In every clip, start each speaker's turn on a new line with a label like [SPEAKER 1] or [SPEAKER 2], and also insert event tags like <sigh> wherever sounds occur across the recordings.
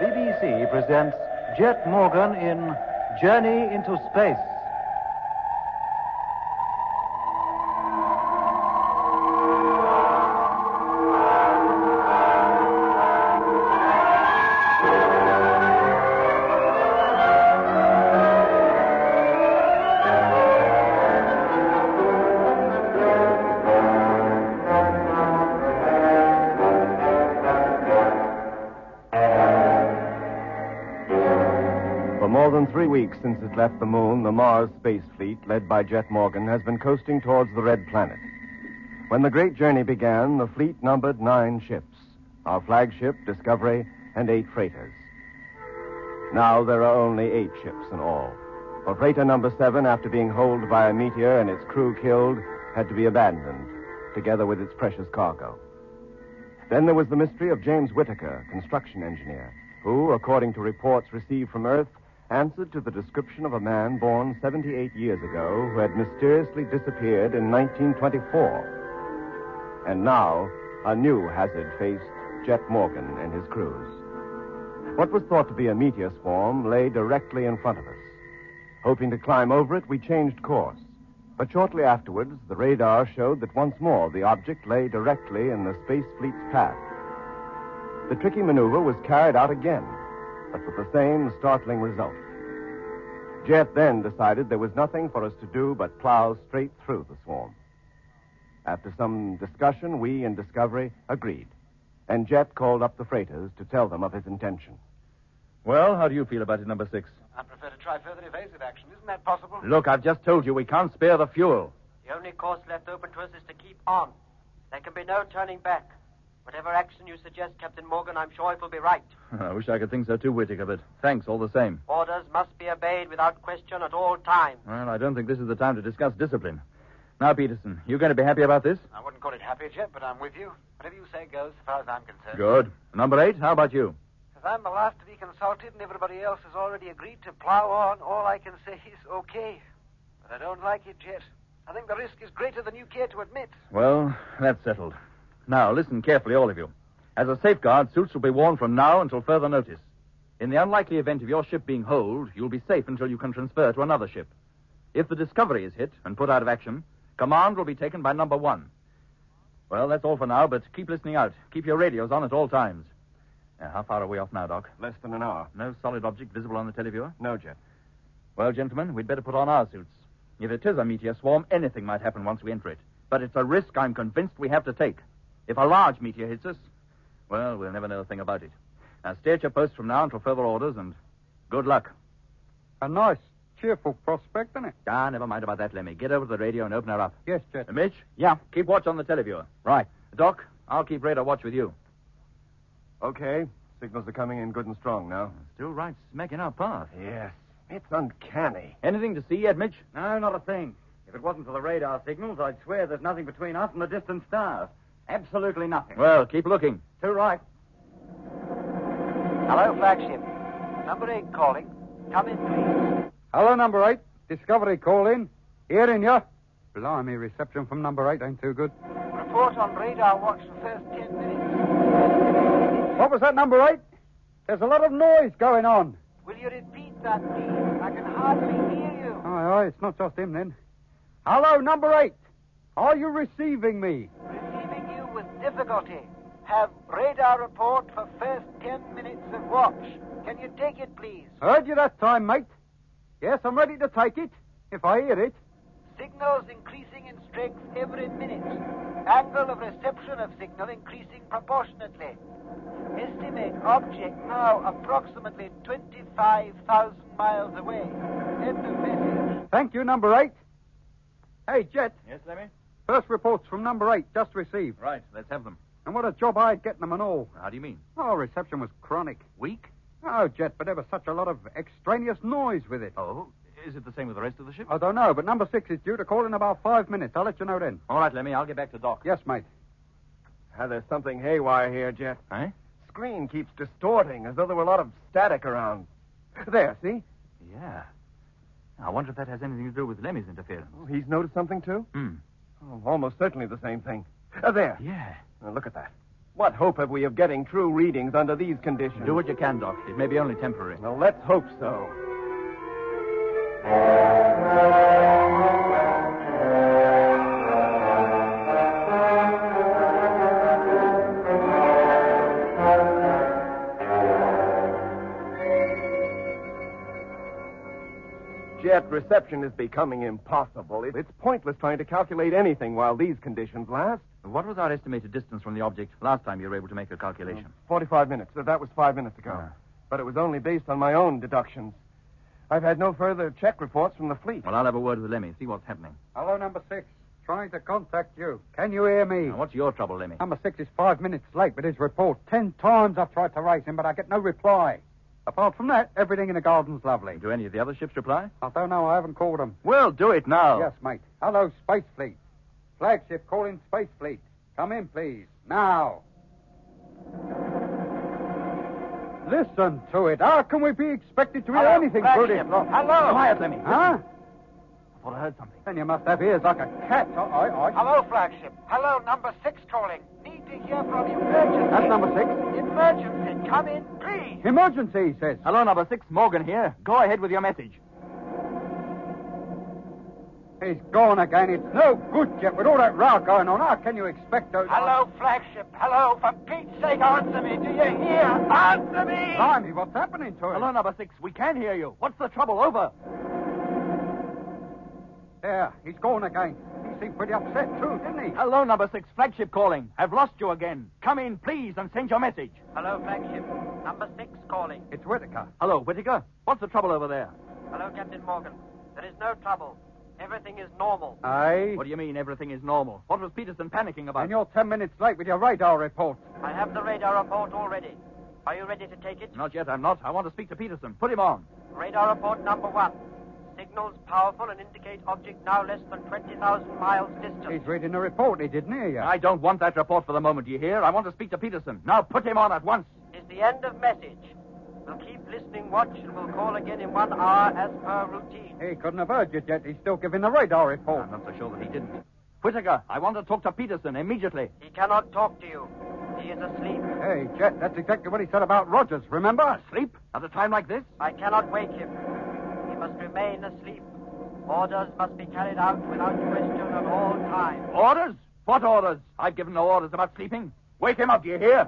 [SPEAKER 1] BBC presents Jet Morgan in Journey into Space.
[SPEAKER 2] For more than three weeks since it left the moon, the Mars space fleet, led by Jet Morgan, has been coasting towards the red planet. When the great journey began, the fleet numbered nine ships our flagship, Discovery, and eight freighters. Now there are only eight ships in all. For freighter number seven, after being holed by a meteor and its crew killed, had to be abandoned, together with its precious cargo. Then there was the mystery of James Whittaker, construction engineer, who, according to reports received from Earth, answered to the description of a man born 78 years ago who had mysteriously disappeared in 1924. And now, a new hazard faced Jet Morgan and his crews. What was thought to be a meteor swarm lay directly in front of us. Hoping to climb over it, we changed course. But shortly afterwards, the radar showed that once more the object lay directly in the space fleet's path. The tricky maneuver was carried out again, but with the same startling result. Jet then decided there was nothing for us to do but plow straight through the swarm. After some discussion, we in Discovery agreed, and Jet called up the freighters to tell them of his intention.
[SPEAKER 3] Well, how do you feel about it, number six?
[SPEAKER 4] I prefer to try further evasive action. Isn't that possible?
[SPEAKER 3] Look, I've just told you we can't spare the fuel. <laughs>
[SPEAKER 5] The only course left open to us is to keep on. There can be no turning back. Whatever action you suggest, Captain Morgan, I'm sure it will be right.
[SPEAKER 3] I wish I could think so too, Whittaker, but thanks all the same.
[SPEAKER 5] Orders must be obeyed without question at all times.
[SPEAKER 3] Well, I don't think this is the time to discuss discipline. Now, Peterson, you going to be happy about this?
[SPEAKER 4] I wouldn't call it happy, Jet, but I'm with you. Whatever you say goes, as far as I'm concerned.
[SPEAKER 3] Good. Number eight, how about you?
[SPEAKER 4] If I'm the last to be consulted and everybody else has already agreed to plow on, all I can say is okay. But I don't like it, Jet. I think the risk is greater than you care to admit.
[SPEAKER 3] Well, that's settled. Now, listen carefully, all of you. As a safeguard, suits will be worn from now until further notice. In the unlikely event of your ship being holed, you'll be safe until you can transfer to another ship. If the Discovery is hit and put out of action, command will be taken by number one. Well, that's all for now, but keep listening out. Keep your radios on at all times. Now, how far are we off now, Doc?
[SPEAKER 2] Less than an hour.
[SPEAKER 3] No solid object visible on the televiewer?
[SPEAKER 2] No, Jet.
[SPEAKER 3] Well, gentlemen, we'd better put on our suits. If it is a meteor swarm, anything might happen once we enter it. But it's a risk I'm convinced we have to take. If a large meteor hits us, well, we'll never know a thing about it. Now, stay at your post from now until further orders, and good luck.
[SPEAKER 6] A nice, cheerful prospect, isn't it?
[SPEAKER 3] Ah, never mind about that, Lemmy. Get over to the radio and open her up.
[SPEAKER 6] Yes, Jet.
[SPEAKER 3] Uh, Mitch? Yeah. Keep watch on the televiewer.
[SPEAKER 2] Right.
[SPEAKER 3] Doc, I'll keep radar watch with you.
[SPEAKER 2] Okay. Signals are coming in good and strong now.
[SPEAKER 3] Still right smack in our path.
[SPEAKER 2] Yes. It's uncanny.
[SPEAKER 3] Anything to see yet, Mitch?
[SPEAKER 7] No, not a thing. If it wasn't for the radar signals, I'd swear there's nothing between us and the distant stars. Absolutely nothing.
[SPEAKER 3] Well, keep looking.
[SPEAKER 7] Too right.
[SPEAKER 4] Hello, flagship. Number eight calling. Come in, please.
[SPEAKER 6] Hello, number eight. Discovery call in. Hearing ya. Blimey, reception from number eight ain't too good.
[SPEAKER 4] Report on radar watch for first ten minutes.
[SPEAKER 6] What was that, number eight? There's a lot of noise going on.
[SPEAKER 4] Will you repeat that, please? I can hardly hear you.
[SPEAKER 6] Aye, aye, it's not just him then. Hello, number eight. Are you receiving me?
[SPEAKER 4] Receiving you with difficulty. Have radar report for first ten minutes of watch. Can you take it, please?
[SPEAKER 6] Heard you that time, mate. Yes, I'm ready to take it, if I hear it.
[SPEAKER 4] Signals increasing in strength every minute. Angle of reception of signal increasing proportionately. Estimate object now approximately 25,000 miles away. End of message.
[SPEAKER 6] Thank you, number eight. Hey, Jet,
[SPEAKER 3] Yes, Lemmy?
[SPEAKER 6] first reports from number eight, just received.
[SPEAKER 3] Right, let's have them.
[SPEAKER 6] And what a job I'd getting them and all.
[SPEAKER 3] How do you mean?
[SPEAKER 6] Oh, reception was chronic.
[SPEAKER 3] Weak?
[SPEAKER 6] Oh, Jet, but there was such a lot of extraneous noise with it.
[SPEAKER 3] Oh. Is it the same with the rest of the ship?
[SPEAKER 6] I don't know, but number six is due to call in about five minutes. I'll let you know then.
[SPEAKER 3] All right, Lemmy, I'll get back to Doc.
[SPEAKER 6] Yes, mate.
[SPEAKER 2] Ah, there's something haywire here, Jet.
[SPEAKER 3] Eh?
[SPEAKER 2] Screen keeps distorting as though there were a lot of static around. There, see?
[SPEAKER 3] Yeah. I wonder if that has anything to do with Lemmy's interference.
[SPEAKER 2] Oh, he's noticed something, too?
[SPEAKER 3] Hmm.
[SPEAKER 2] Oh, almost certainly the same thing. Ah, there.
[SPEAKER 3] Yeah.
[SPEAKER 2] Now, look at that. What hope have we of getting true readings under these conditions?
[SPEAKER 3] Do what you can, Doc. It may be only temporary.
[SPEAKER 2] Well, let's hope so. Jet, reception is becoming impossible. It- It's pointless trying to calculate anything while these conditions last.
[SPEAKER 3] What was our estimated distance from the object last time you were able to make a calculation?
[SPEAKER 2] 45 minutes. Th- That was five minutes ago.
[SPEAKER 3] Ah.
[SPEAKER 2] But it was only based on my own deductions. I've had no further check reports from the fleet.
[SPEAKER 3] Well, I'll have a word with Lemmy, see what's happening.
[SPEAKER 6] Hello, number six. Trying to contact you. Can you hear me?
[SPEAKER 3] Now, what's your trouble, Lemmy?
[SPEAKER 6] Number six is five minutes late with his report. Ten times I've tried to raise him, but I get no reply. Apart from that, everything in the garden's lovely.
[SPEAKER 3] Do any of the other ships reply?
[SPEAKER 6] I don't know. I haven't called him.
[SPEAKER 3] Well, do it now.
[SPEAKER 6] Yes, mate. Hello, Space Fleet. Flagship calling Space Fleet. Come in, please. Now. Listen to it. How can we be expected to hear anything through this? lot?
[SPEAKER 4] Hello.
[SPEAKER 3] Quiet, Lemmy.
[SPEAKER 6] Huh?
[SPEAKER 3] I thought I heard something.
[SPEAKER 6] Then you must have ears like a cat. I, I, I.
[SPEAKER 4] Hello, flagship. Hello, number six calling. Need to hear from you urgently.
[SPEAKER 6] That's number six.
[SPEAKER 4] Emergency. Come in, please.
[SPEAKER 6] Emergency, he says.
[SPEAKER 3] Hello, number six, Morgan here. Go ahead with your message.
[SPEAKER 6] He's gone again. It's no good yet with all that row going on. How can you expect those?
[SPEAKER 4] Hello, flagship. Hello. For Pete's sake, answer me. Do you hear? Answer me.
[SPEAKER 6] Blimey, what's happening to him?
[SPEAKER 3] Hello, number six. We can hear you. What's the trouble? Over.
[SPEAKER 6] There, he's gone again. He seemed pretty upset too, didn't he?
[SPEAKER 3] Hello, number six. Flagship calling. I've lost you again. Come in, please, and send your message.
[SPEAKER 5] Hello, flagship. Number six calling.
[SPEAKER 6] It's Whitaker.
[SPEAKER 3] Hello, Whittaker. What's the trouble over there?
[SPEAKER 5] Hello, Captain Morgan. There is no trouble. Everything is normal.
[SPEAKER 6] Aye.
[SPEAKER 3] What do you mean everything is normal? What was Peterson panicking about?
[SPEAKER 6] And you're ten minutes late with your radar report.
[SPEAKER 5] I have the radar report already. Are you ready to take it?
[SPEAKER 3] Not yet, I'm not. I want to speak to Peterson. Put him on.
[SPEAKER 5] Radar report number one. Signals powerful and indicate object now less than 20,000 miles
[SPEAKER 6] He's
[SPEAKER 5] distant.
[SPEAKER 6] reading a report, he didn't he?
[SPEAKER 3] I don't want that report for the moment, you hear? I want to speak to Peterson. Now put him on at once.
[SPEAKER 5] Is the end of message. We'll keep listening watch and we'll call again in one hour as per routine.
[SPEAKER 6] He couldn't have heard you yet. He's still giving the radar report.
[SPEAKER 3] I'm not so sure that he didn't. Whittaker, I want to talk to Peterson immediately.
[SPEAKER 5] He cannot talk to you. He is asleep.
[SPEAKER 6] Hey, Jet, that's exactly what he said about Rogers, remember?
[SPEAKER 3] Sleep? At a time like this?
[SPEAKER 5] I cannot wake him. He must remain asleep. Orders must be carried out without question at all times.
[SPEAKER 3] Orders? What orders? I've given no orders about sleeping. Wake him up, do you hear?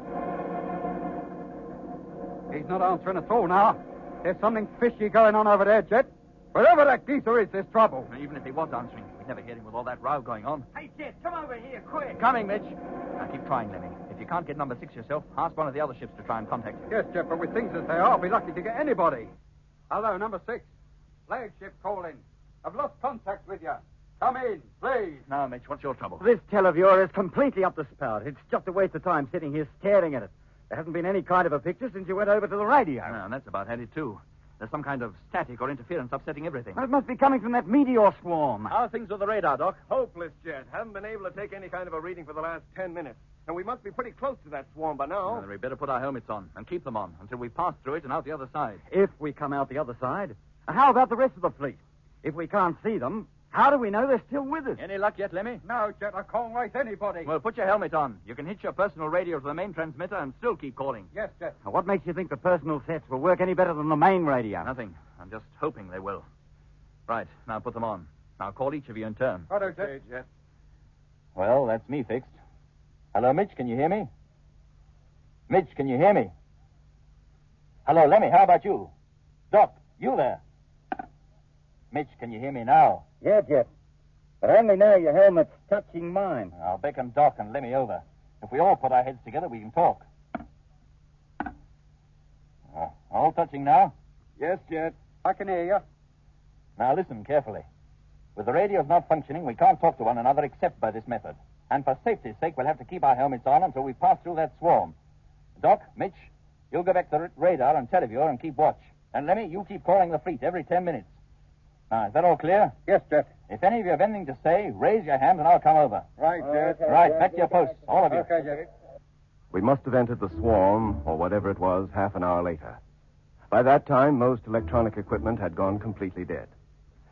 [SPEAKER 6] He's not answering at all now. There's something fishy going on over there, Jet. Wherever that geezer is, there's trouble.
[SPEAKER 3] Even if he was answering, we'd never hear him with all that row going on.
[SPEAKER 5] Hey, Jet, come over here, quick.
[SPEAKER 3] Coming, Mitch. Now keep trying, Lemmy. If you can't get number six yourself, ask one of the other ships to try and contact you.
[SPEAKER 6] Yes, Jet, but with things as they are, I'll be lucky to get anybody. Hello, number six. Flagship calling.
[SPEAKER 2] Oh,
[SPEAKER 6] I've lost contact with you. Come in, please.
[SPEAKER 3] Now, Mitch, what's your trouble?
[SPEAKER 8] This tell of yours is completely up the spout. It's just a waste of time sitting here staring at it. There hasn't been any kind of a picture since you went over to the radio.
[SPEAKER 3] Yeah, and that's about had it, too. There's some kind of static or interference upsetting everything.
[SPEAKER 8] Well, it must be coming from that meteor swarm.
[SPEAKER 6] Uh,
[SPEAKER 3] How are things with the radar, Doc?
[SPEAKER 2] Hopeless, Jet. Haven't been able to take any kind of a reading for the last ten minutes. And we must be pretty close to that swarm by now.
[SPEAKER 3] Well, we better put our helmets on and keep them on until we pass through it and out the other side.
[SPEAKER 8] If we come out the other side, how about the rest of the fleet? If we can't see them, how do we know they're still with us?
[SPEAKER 3] Any luck yet, Lemmy?
[SPEAKER 6] No, Jet, I can't raise anybody.
[SPEAKER 3] Well, put your helmet on. You can hitch your personal radio to the main transmitter and still keep calling.
[SPEAKER 6] yes, Jet.
[SPEAKER 8] Now, What makes you think the personal sets will work any better than the main radio?
[SPEAKER 3] Uh, Nothing. I'm just hoping they will. Right, now put them on. Now call each of you in turn.
[SPEAKER 6] Righto, Jet.
[SPEAKER 2] Okay, Jet.
[SPEAKER 3] Well, that's me fixed. Hello, Mitch, can you hear me? Mitch, can you hear me? Hello, Lemmy, how about you? Doc, you there? Mitch, can you hear me now?
[SPEAKER 8] Yeah, Jeff. But only now your helmet's touching mine.
[SPEAKER 3] I'll beckon Doc and Lemmy over. If we all put our heads together, we can talk. Uh, all touching now?
[SPEAKER 2] Yes, Jet.
[SPEAKER 6] I can hear you.
[SPEAKER 3] Now listen carefully. With the radios not functioning, we can't talk to one another except by this method. And for safety's sake, we'll have to keep our helmets on until we pass through that swarm. Doc, Mitch, you'll go back to the r- radar and televiewer and keep watch. And Lemmy, you keep calling the fleet every ten minutes. Now, is that all clear?
[SPEAKER 6] Yes, Jet.
[SPEAKER 3] If any of you have anything to say, raise your hand and I'll come over.
[SPEAKER 6] Right, Jet.
[SPEAKER 3] right, back to your posts, all of you.
[SPEAKER 6] Okay, Jet.
[SPEAKER 2] We must have entered the swarm, or whatever it was, half an hour later. By that time, most electronic equipment had gone completely dead.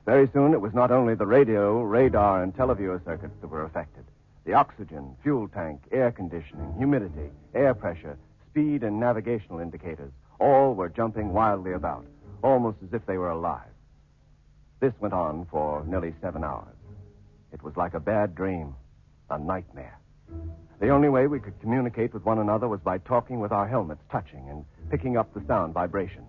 [SPEAKER 2] Very soon, it was not only the radio, radar, and televiewer circuits that were affected, The oxygen, fuel tank, air conditioning, humidity, air pressure, speed, and navigational indicators all were jumping wildly about, almost as if they were alive. This went on for nearly seven hours. It was like a bad dream, a nightmare. The only way we could communicate with one another was by talking with our helmets touching and picking up the sound vibrations.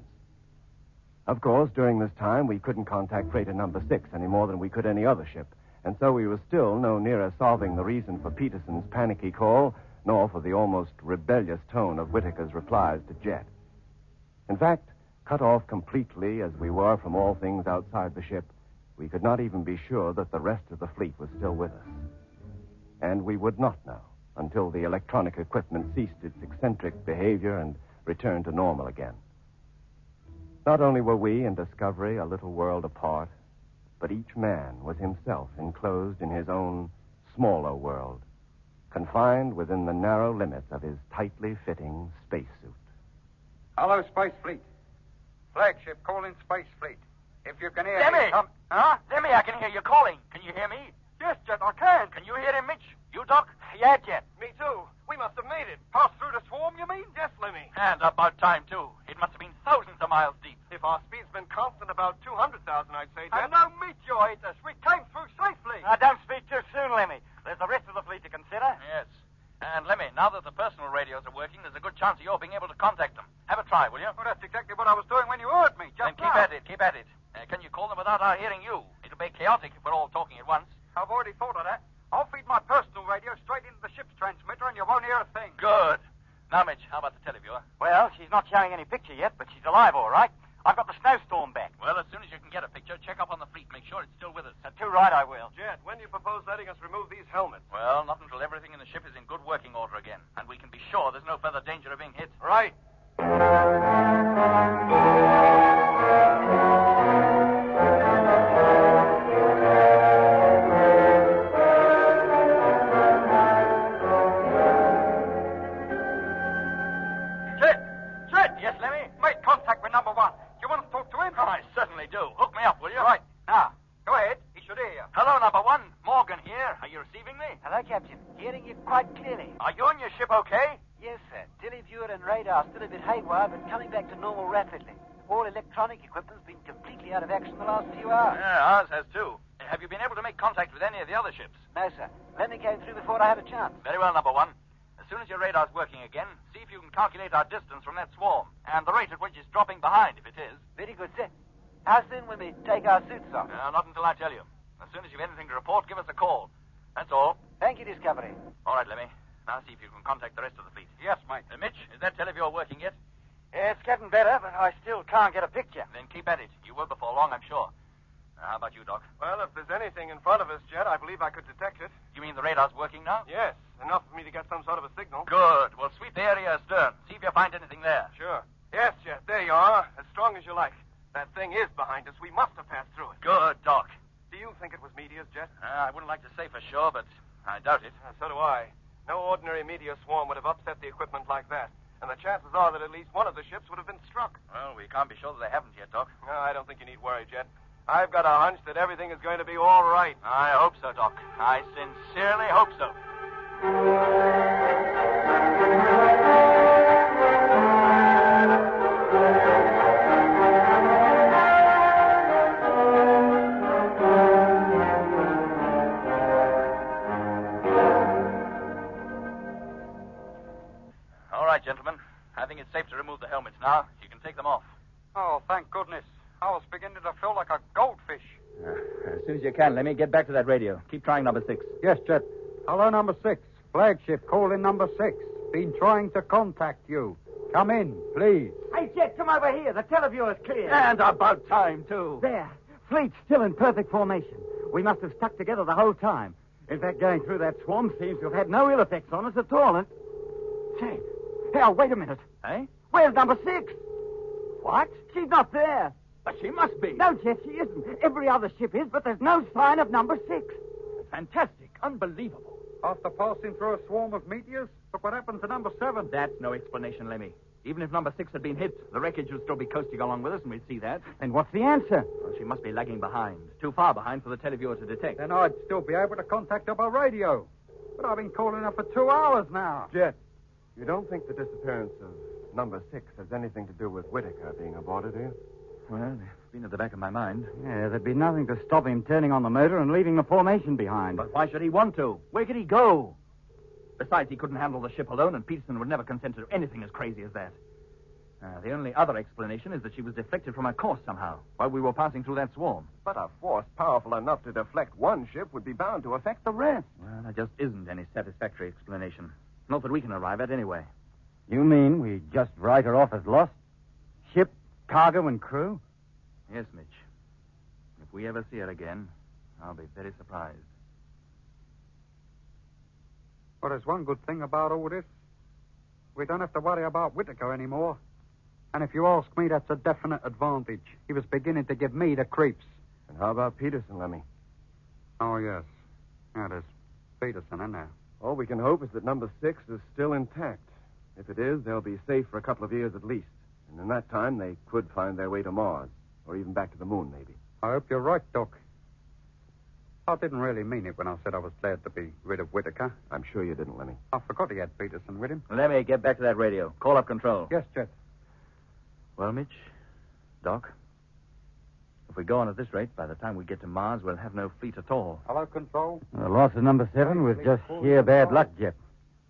[SPEAKER 2] Of course, during this time, we couldn't contact freighter number six any more than we could any other ship, and so we were still no nearer solving the reason for Peterson's panicky call, nor for the almost rebellious tone of Whitaker's replies to Jet. In fact, cut off completely as we were from all things outside the ship, we could not even be sure that the rest of the fleet was still with us. And we would not know until the electronic equipment ceased its eccentric behavior and returned to normal again. Not only were we in Discovery a little world apart, but each man was himself enclosed in his own smaller world, confined within the narrow limits of his tightly fitting spacesuit.
[SPEAKER 6] Hello, Space Fleet. Flagship calling Space Fleet. If you can hear
[SPEAKER 3] Demi!
[SPEAKER 6] me, come. Huh?
[SPEAKER 3] Lemmy, Um, I can hear you calling. Can you hear me?
[SPEAKER 6] Yes, Jet, I can.
[SPEAKER 3] Can you hear him, Mitch? You, Doc? Yeah, Jet.
[SPEAKER 6] Me too. We must have made it. Passed through the swarm, you mean? Yes, Lemmy.
[SPEAKER 3] And about time, too. It must have been thousands of miles deep.
[SPEAKER 6] If our speed's been constant about 200,000, I'd say, Jet. And no meteor hit us. We came through safely.
[SPEAKER 3] Now, don't speak too soon, Lemmy. There's the rest of the fleet to consider. Yes. And, Lemmy, now that the personal radios are working, there's a good chance of your being able to contact them. Have a try, will you?
[SPEAKER 6] Well, that's exactly what I was doing when you heard me,
[SPEAKER 3] then
[SPEAKER 6] just
[SPEAKER 3] keep
[SPEAKER 6] now.
[SPEAKER 3] at it, keep at it. Uh, can you call them without our hearing you? It'll be chaotic if we're all talking at once.
[SPEAKER 6] I've already thought of that. I'll feed my personal radio straight into the ship's transmitter, and you won't hear a thing.
[SPEAKER 3] Good. Now, Mitch, how about the televiewer?
[SPEAKER 9] Well, she's not showing any picture yet, but she's alive, all right. I've got the snowstorm back.
[SPEAKER 3] Well, as soon as you can get a picture, check up on the fleet. Make sure it's still with us.
[SPEAKER 9] Uh, too right, I will.
[SPEAKER 6] Jet, when do you propose letting us remove these helmets?
[SPEAKER 3] Well, not until everything in the ship is in good working order again, and we can be sure there's no further danger of being hit.
[SPEAKER 6] Right.
[SPEAKER 3] Jet! Jet! Yes, Lemmy?
[SPEAKER 6] Make contact with number one. Do you want us to talk to him?
[SPEAKER 3] I certainly do. Hook me up, will you?
[SPEAKER 6] Right. Now, go ahead. He should hear you.
[SPEAKER 3] Hello, number one. Morgan here. Are you receiving me?
[SPEAKER 4] Hello, Captain. Hearing you quite clearly.
[SPEAKER 3] Are you and your ship okay?
[SPEAKER 4] Yes, sir. Televiewer and radar still a bit haywire, but coming back to normal rapidly. All electronic equipment's been completely out of action the last few hours.
[SPEAKER 3] Yeah, ours has too. Have you been able to make contact with any of the other ships?
[SPEAKER 4] No, sir. Lemmy came through before I had a chance.
[SPEAKER 3] Very well, number one. As soon as your radar's working again, see if you can calculate our distance from that swarm and the rate at which it's dropping behind, if it is.
[SPEAKER 4] Very good, sir. How soon will we take our suits off?
[SPEAKER 3] Uh, not until I tell you. As soon as you've anything to report, give us a call. That's all.
[SPEAKER 4] Thank you, Discovery.
[SPEAKER 3] All right, Lemmy. Now see if you can contact the rest of the fleet.
[SPEAKER 6] Yes, mate.
[SPEAKER 3] Uh, Mitch, is that televiewer working yet?
[SPEAKER 9] It's getting better, but I still can't get a picture.
[SPEAKER 3] Then keep at it. You will before long, I'm sure. Now, how about you, Doc?
[SPEAKER 6] Well, if there's anything in front of us, Jet, I believe I could detect it.
[SPEAKER 3] You mean the radar's working now?
[SPEAKER 6] Yes, enough for me to get some sort of a signal.
[SPEAKER 3] Good. Well, sweep the area astern. See if you find anything there.
[SPEAKER 6] Sure. Yes, Jet, there you are. As strong as you like. That thing is behind us. We must have passed through it.
[SPEAKER 3] Good, Doc.
[SPEAKER 6] Do you think it was meteors, Jet?
[SPEAKER 3] Uh, I wouldn't like to say for sure, but I doubt it.
[SPEAKER 6] Uh, so do I. No ordinary meteor swarm would have upset the equipment like that. And the chances are that at least one of the ships would have been struck.
[SPEAKER 3] Well, we can't be sure that they haven't yet, Doc.
[SPEAKER 6] No, I don't think you need worry, Jet. I've got a hunch that everything is going to be all right.
[SPEAKER 3] I hope so, Doc. I sincerely hope so. All right, gentlemen. I think it's safe to remove the helmets now. You can take them off.
[SPEAKER 6] Oh, thank goodness. I was beginning to feel like a goldfish.
[SPEAKER 10] As soon as you can, Lemmy, get back to that radio. Keep trying number six.
[SPEAKER 6] Yes, Jet. Hello, number six. Flagship calling number six. Been trying to contact you. Come in, please.
[SPEAKER 9] Hey, Jet, come over here. The televiewer's clear.
[SPEAKER 10] And about time, too.
[SPEAKER 9] There. Fleet still in perfect formation. We must have stuck together the whole time. In fact, going through that swarm seems to have had no ill effects on us at all. And say, hell, wait a minute.
[SPEAKER 10] Eh?
[SPEAKER 9] Where's number six? What? She's not there.
[SPEAKER 10] But she must be.
[SPEAKER 9] No, Jet, she isn't. Every other ship is, but there's no sign of number six.
[SPEAKER 10] Fantastic. Unbelievable.
[SPEAKER 6] After passing through a swarm of meteors, look what happened to number seven.
[SPEAKER 10] That's no explanation, Lemmy. Even if number six had been hit, the wreckage would still be coasting along with us, and we'd see that.
[SPEAKER 9] And what's the answer?
[SPEAKER 10] Well, she must be lagging behind. Too far behind for the televiewer to detect.
[SPEAKER 6] Then I'd still be able to contact her by radio. But I've been calling her for two hours now.
[SPEAKER 2] Jet, you don't think the disappearance of number six has anything to do with Whitaker being aboard, do you?
[SPEAKER 3] Well, it's been at the back of my mind.
[SPEAKER 8] Yeah, there'd be nothing to stop him turning on the motor and leaving the formation behind.
[SPEAKER 3] But why should he want to? Where could he go? Besides, he couldn't handle the ship alone, and Peterson would never consent to anything as crazy as that. Uh, the only other explanation is that she was deflected from her course somehow while we were passing through that swarm.
[SPEAKER 2] But a force powerful enough to deflect one ship would be bound to affect the rest.
[SPEAKER 3] Well, there just isn't any satisfactory explanation. Not that we can arrive at, anyway.
[SPEAKER 8] You mean we just write her off as lost? Ship, cargo, and crew?
[SPEAKER 3] Yes, Mitch. If we ever see her again, I'll be very surprised.
[SPEAKER 6] But there's one good thing about all this. We don't have to worry about Whitaker anymore. And if you ask me, that's a definite advantage. He was beginning to give me the creeps.
[SPEAKER 2] And how about Peterson, Lemmy?
[SPEAKER 6] Oh, yes. Yeah, there's Peterson in there.
[SPEAKER 2] All we can hope is that number six is still intact. If it is, they'll be safe for a couple of years at least. And in that time, they could find their way to Mars, or even back to the moon, maybe.
[SPEAKER 6] I hope you're right, Doc. I didn't really mean it when I said I was glad to be rid of Whitaker.
[SPEAKER 2] I'm sure you didn't, Lemmy.
[SPEAKER 6] I forgot he had Peterson with him.
[SPEAKER 3] Lemmy, get back to that radio. Call up control.
[SPEAKER 6] Yes, Jet.
[SPEAKER 3] Well, Mitch, Doc, if we go on at this rate, by the time we get to Mars, we'll have no fleet at all.
[SPEAKER 6] Hello, control.
[SPEAKER 8] The loss of number seven was just sheer bad luck, Jet.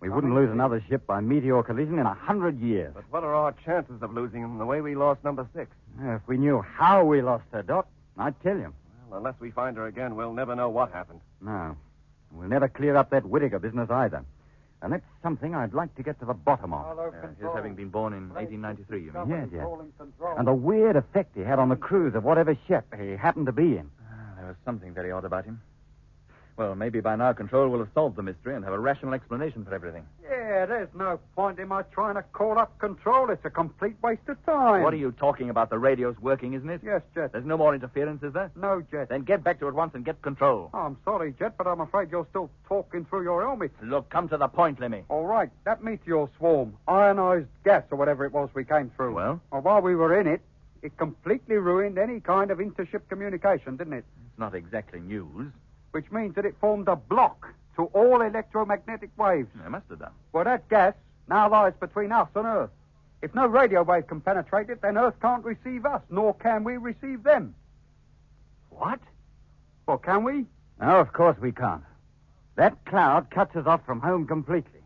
[SPEAKER 8] We wouldn't lose another ship by meteor collision in a hundred years.
[SPEAKER 2] But what are our chances of losing them the way we lost number six?
[SPEAKER 8] If we knew how we lost her, Doc, I'd tell you.
[SPEAKER 2] Well, unless we find her again, we'll never know what happened.
[SPEAKER 8] No. We'll never clear up that Whittaker business either. And that's something I'd like to get to the bottom of.
[SPEAKER 6] Hello,
[SPEAKER 3] Uh, his having been born in 1893, you mean?
[SPEAKER 8] Yes, yes. And the weird effect he had on the crews of whatever ship he happened to be in.
[SPEAKER 3] Ah, There was something very odd about him. Well, maybe by now Control will have solved the mystery and have a rational explanation for everything.
[SPEAKER 6] Yeah, there's no point in my trying to call up control. It's a complete waste of time.
[SPEAKER 3] What are you talking about? The radio's working, isn't it?
[SPEAKER 6] Yes, Jet.
[SPEAKER 3] There's no more interference, is there?
[SPEAKER 6] No, Jet.
[SPEAKER 3] Then get back to it once and get control.
[SPEAKER 6] Oh, I'm sorry, Jet, but I'm afraid you're still talking through your helmet.
[SPEAKER 3] Look, come to the point, Lemmy.
[SPEAKER 6] All right, that meteor swarm, ionized gas or whatever it was we came through.
[SPEAKER 3] Well?
[SPEAKER 6] while we were in it, it completely ruined any kind of intership communication, didn't it?
[SPEAKER 3] It's not exactly news.
[SPEAKER 6] Which means that it formed a block to all electromagnetic waves.
[SPEAKER 3] I must have done.
[SPEAKER 6] Well, that gas now lies between us and Earth. If no radio wave can penetrate it, then Earth can't receive us, nor can we receive them.
[SPEAKER 3] What?
[SPEAKER 6] Well, can we?
[SPEAKER 8] No, of course we can't. That cloud cuts us off from home completely,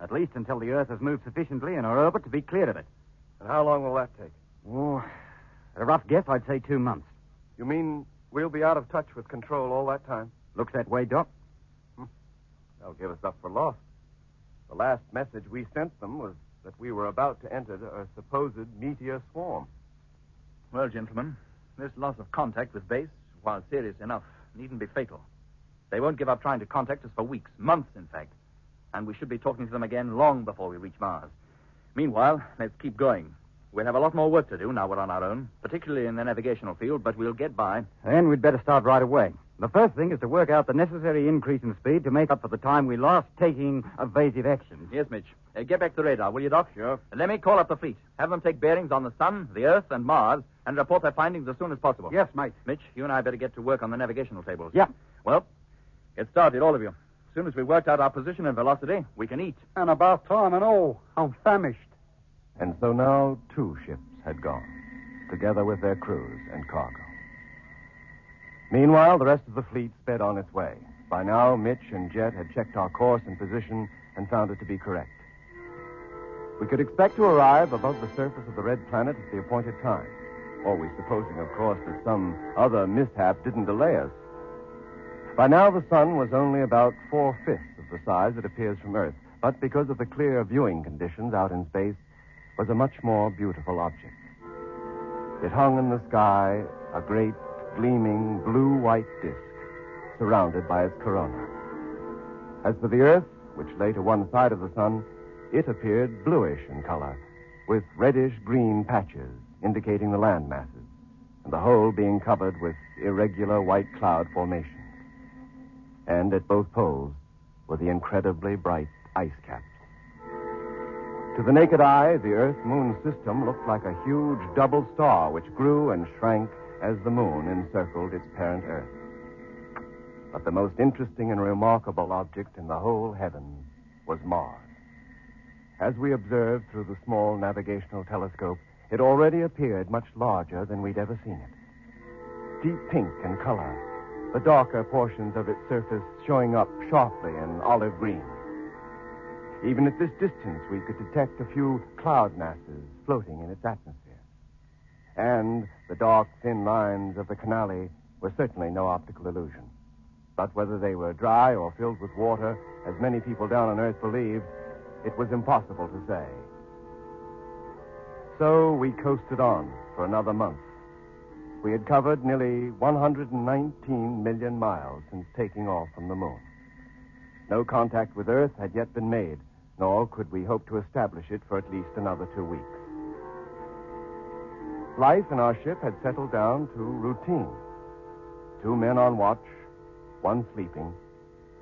[SPEAKER 8] at least until the Earth has moved sufficiently in her orbit to be cleared of it.
[SPEAKER 2] And how long will that take?
[SPEAKER 8] Oh, a rough guess, I'd say two months.
[SPEAKER 2] You mean we'll be out of touch with control all that time?
[SPEAKER 8] Looks that way, Doc.
[SPEAKER 2] They'll give us up for lost. The last message we sent them was that we were about to enter a supposed meteor swarm.
[SPEAKER 3] Well, gentlemen, this loss of contact with base, while serious enough, needn't be fatal. They won't give up trying to contact us for weeks, months, in fact. And we should be talking to them again long before we reach Mars. Meanwhile, let's keep going. We'll have a lot more work to do now we're on our own, particularly in the navigational field, but we'll get by.
[SPEAKER 8] Then we'd better start right away. The first thing is to work out the necessary increase in speed to make up for the time we lost taking evasive actions.
[SPEAKER 3] Yes, Mitch. Uh, get back to the radar, will you, Doc? Sure. Let me call up the fleet. Have them take bearings on the Sun, the Earth, and Mars, and report their findings as soon as possible.
[SPEAKER 6] Yes, mate.
[SPEAKER 3] Mitch, you and I better get to work on the navigational tables.
[SPEAKER 8] Yeah.
[SPEAKER 3] Well, get started, all of you. As soon as we worked out our position and velocity, we can eat.
[SPEAKER 6] And about time and all. I'm famished.
[SPEAKER 2] And so now two ships had gone, together with their crews and cargo. Meanwhile, the rest of the fleet sped on its way. By now, Mitch and Jet had checked our course and position and found it to be correct. We could expect to arrive above the surface of the red planet at the appointed time, always supposing, of course, that some other mishap didn't delay us. By now, the sun was only about four fifths of the size it appears from Earth, but because of the clear viewing conditions out in space, was a much more beautiful object. It hung in the sky, a great, gleaming, blue white disk, surrounded by its corona. As for the Earth, which lay to one side of the sun, it appeared bluish in color, with reddish green patches indicating the land masses, and the whole being covered with irregular white cloud formations. And at both poles were the incredibly bright ice caps. To the naked eye, the Earth moon system looked like a huge double star which grew and shrank as the moon encircled its parent Earth. But the most interesting and remarkable object in the whole heavens was Mars. As we observed through the small navigational telescope, it already appeared much larger than we'd ever seen it. Deep pink in color, the darker portions of its surface showing up sharply in olive green. Even at this distance, we could detect a few cloud masses floating in its atmosphere. And the dark, thin lines of the canali were certainly no optical illusion. But whether they were dry or filled with water, as many people down on Earth believed, it was impossible to say. So we coasted on for another month. We had covered nearly 119 million miles since taking off from the moon. No contact with Earth had yet been made, nor could we hope to establish it for at least another two weeks. Life in our ship had settled down to routine two men on watch, one sleeping,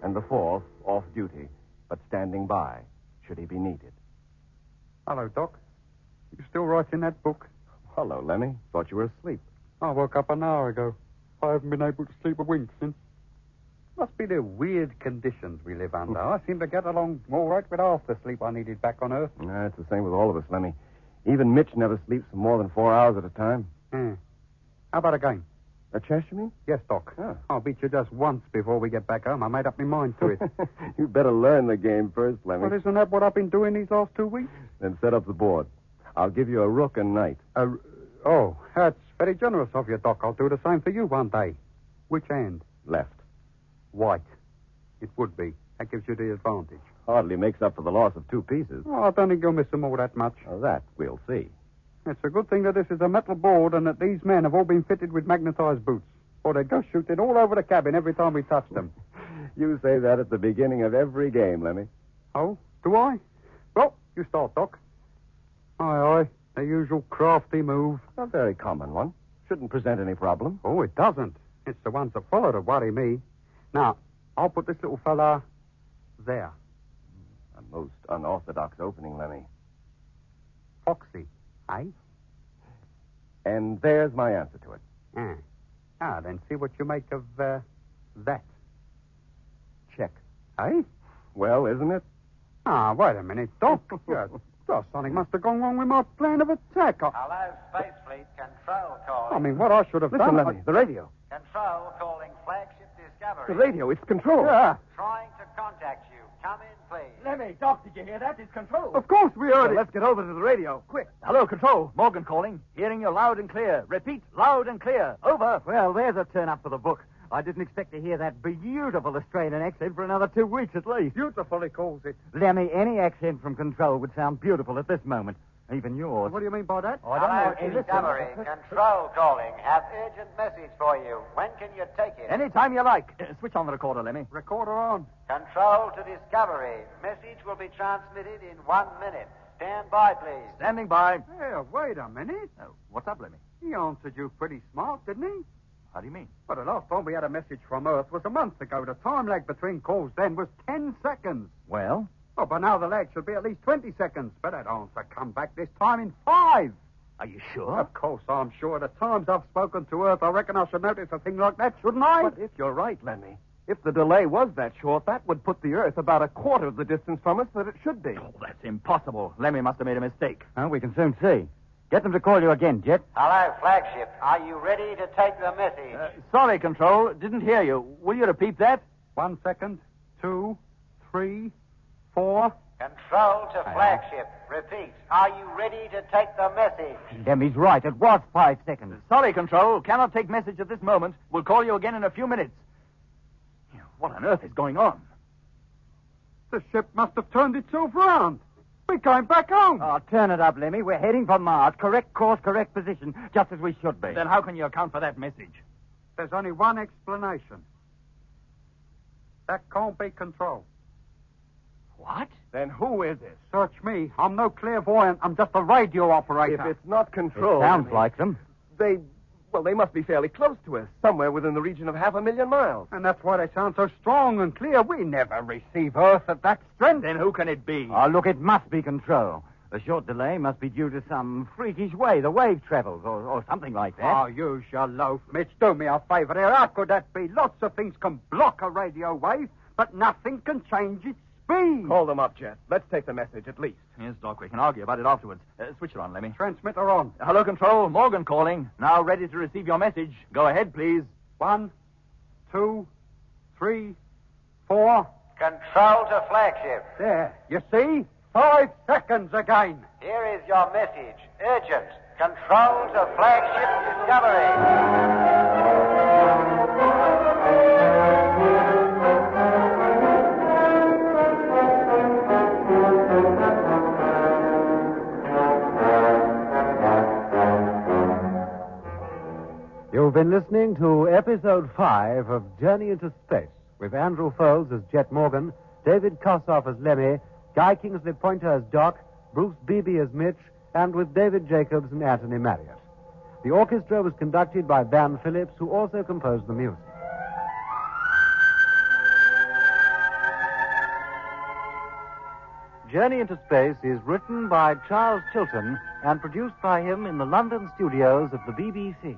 [SPEAKER 2] and the fourth off duty, but standing by should he be needed.
[SPEAKER 6] Hello, Doc. You still writing that book?
[SPEAKER 2] Hello, Lemmy. Thought you were asleep.
[SPEAKER 6] I woke up an hour ago. I haven't been able to sleep a wink since. Must be the weird conditions we live under. I seem to get along all right with half the sleep I needed back on Earth.
[SPEAKER 2] Yeah, it's the same with all of us, Lemmy. Even Mitch never sleeps for more than four hours at a time.
[SPEAKER 6] Hmm. How about a game?
[SPEAKER 2] A chess, you mean?
[SPEAKER 6] Yes, Doc.
[SPEAKER 2] Oh.
[SPEAKER 6] I'll beat you just once before we get back home. I made up my mind to it.
[SPEAKER 2] <laughs> you better learn the game first, Lemmy.
[SPEAKER 6] <laughs> well, isn't that what I've been doing these last two weeks?
[SPEAKER 2] Then set up the board. I'll give you a rook and knight.
[SPEAKER 6] Uh, oh, that's very generous of you, Doc. I'll do the same for you one day. Which hand?
[SPEAKER 2] Left.
[SPEAKER 6] White. It would be. That gives you the advantage.
[SPEAKER 2] Hardly makes up for the loss of two pieces.
[SPEAKER 6] Well, I don't think you'll miss them all that much.
[SPEAKER 2] Now that we'll see.
[SPEAKER 6] It's a good thing that this is a metal board and that these men have all been fitted with magnetized boots, or they'd go shooting all over the cabin every time we touched them.
[SPEAKER 2] <laughs> You say that at the beginning of every game, Lemmy.
[SPEAKER 6] Oh, do I? Well, you start, Doc. Aye, aye. The usual crafty move.
[SPEAKER 2] A very common one. Shouldn't present any problem.
[SPEAKER 6] Oh, it doesn't. It's the ones that follow that worry me. Now, I'll put this little fella there.
[SPEAKER 2] A most unorthodox opening, Lemmy.
[SPEAKER 6] Foxy, eh?
[SPEAKER 2] And there's my answer to it.
[SPEAKER 6] Ah. Now then, see what you make of uh, that.
[SPEAKER 2] Check.
[SPEAKER 6] Eh?
[SPEAKER 2] Well, isn't it?
[SPEAKER 6] Ah, wait a minute, <laughs> Doc. yeah, oh, something must have gone wrong with my plan of attack. I,
[SPEAKER 4] Hello, Space Fleet. Control
[SPEAKER 6] I
[SPEAKER 4] calling.
[SPEAKER 6] mean, what I should have
[SPEAKER 2] Listen,
[SPEAKER 6] done.
[SPEAKER 2] Lemmy, the radio.
[SPEAKER 4] Control calling flagship
[SPEAKER 2] The
[SPEAKER 4] Discovery.
[SPEAKER 2] radio, it's control.
[SPEAKER 6] Yeah,
[SPEAKER 4] Trying to contact you. Come in, please.
[SPEAKER 7] Lemmy, Doc, did you hear that? It's control.
[SPEAKER 6] of course we heard it.
[SPEAKER 7] Let's get over to the radio, quick.
[SPEAKER 3] Hello, Control. Morgan calling. Hearing you loud and clear. Repeat, loud and clear. Over.
[SPEAKER 8] Well, there's a turn up for the book. I didn't expect to hear that beautiful Australian accent for another two weeks at least.
[SPEAKER 6] Beautiful, he calls it.
[SPEAKER 8] Lemmy, any accent from control would sound beautiful at this moment. Even yours.
[SPEAKER 6] What do you mean by that?
[SPEAKER 8] I
[SPEAKER 4] Hello,
[SPEAKER 8] Hey, listen.
[SPEAKER 4] Discovery. Control calling. Have urgent message for you. When can you take it?
[SPEAKER 3] Anytime you like. Uh, switch on the recorder, Lemmy.
[SPEAKER 6] Recorder on.
[SPEAKER 4] Control to Discovery. Message will be transmitted in one minute. Stand by, please.
[SPEAKER 3] Standing by.
[SPEAKER 6] Yeah, wait a minute.
[SPEAKER 3] Oh, what's up, Lemmy?
[SPEAKER 6] He answered you pretty smart, didn't he?
[SPEAKER 3] How do you mean?
[SPEAKER 6] Well, the last time we had a message from Earth was a month ago. The time lag between calls then was 10 seconds.
[SPEAKER 3] Well,
[SPEAKER 6] Oh, but now the lag should be at least 20 seconds. But that answer come back this time in five.
[SPEAKER 3] are you sure?
[SPEAKER 6] Of course, I'm sure. The times I've spoken to Earth, I reckon I should notice a thing like that, shouldn't I?
[SPEAKER 2] But if you're right, Lemmy, if the delay was that short, that would put the Earth about a quarter of the distance from us that it should be.
[SPEAKER 3] Oh, that's impossible. Lemmy must have made a mistake.
[SPEAKER 8] Oh, we can soon see. Get them to call you again, Jet.
[SPEAKER 4] Hello, flagship. Are you ready to take the message?
[SPEAKER 3] Uh, sorry, Control. Didn't hear you. Will you repeat that?
[SPEAKER 6] One second, two, three, four.
[SPEAKER 4] Control to flagship. Repeat. Are you ready to take the message?
[SPEAKER 8] Lemmy's right. It was five seconds.
[SPEAKER 3] Uh, Sorry, Control. Cannot take message at this moment. We'll call you again in a few minutes. What on earth is going on?
[SPEAKER 6] The ship must have turned itself round. We came back home.
[SPEAKER 2] Ah.
[SPEAKER 8] Oh, turn it up, Lemmy. We're heading for Mars. Correct course, correct position, just as we should be.
[SPEAKER 3] Then how can you account for that message?
[SPEAKER 6] There's only one explanation. That can't be control.
[SPEAKER 3] What?
[SPEAKER 2] Then who is it?
[SPEAKER 6] Search me. I'm no clairvoyant. I'm just a radio
[SPEAKER 2] If
[SPEAKER 6] operator.
[SPEAKER 2] it's not
[SPEAKER 8] it
[SPEAKER 2] control.
[SPEAKER 8] sounds like them.
[SPEAKER 2] They, well, they must be fairly close to us, somewhere within the region of half a million miles.
[SPEAKER 6] And that's why they sound so strong and clear. We never receive Earth at that strength.
[SPEAKER 11] Ah,
[SPEAKER 3] Then who can it be?
[SPEAKER 8] Oh, look, it must be control.
[SPEAKER 11] The short delay must be due to some freakish way the wave travels, or, or something like that.
[SPEAKER 3] Ah,
[SPEAKER 12] Oh, you shall loaf, Mitch. Do me a favor here. How could that be? Lots of things can block a radio wave, but nothing can change its speed.
[SPEAKER 2] Call them up, Jet. Let's take the message at least.
[SPEAKER 3] Yes, Doc, we can argue about it afterwards. Uh, switch it on, Lemmy.
[SPEAKER 12] Transmitter on.
[SPEAKER 3] Hello, Control. Morgan calling. Now ready to receive your message. Go ahead, please.
[SPEAKER 12] One, two, three, four.
[SPEAKER 4] Control to flagship.
[SPEAKER 12] There. You see? Five seconds again.
[SPEAKER 4] Here is your message. Urgent. Control to flagship Discovery.
[SPEAKER 6] You've been listening to episode five of Journey into Space with Andrew Foles as Jet Morgan, David Kossoff as Lemmy, Guy Kingsley Pointer as Doc, Bruce Beebe as Mitch, and with David Jacobs and Anthony Marriott. The orchestra was conducted by Van Phillips, who also composed the music. Journey into Space is written by Charles Chilton and produced by him in the London studios of the BBC.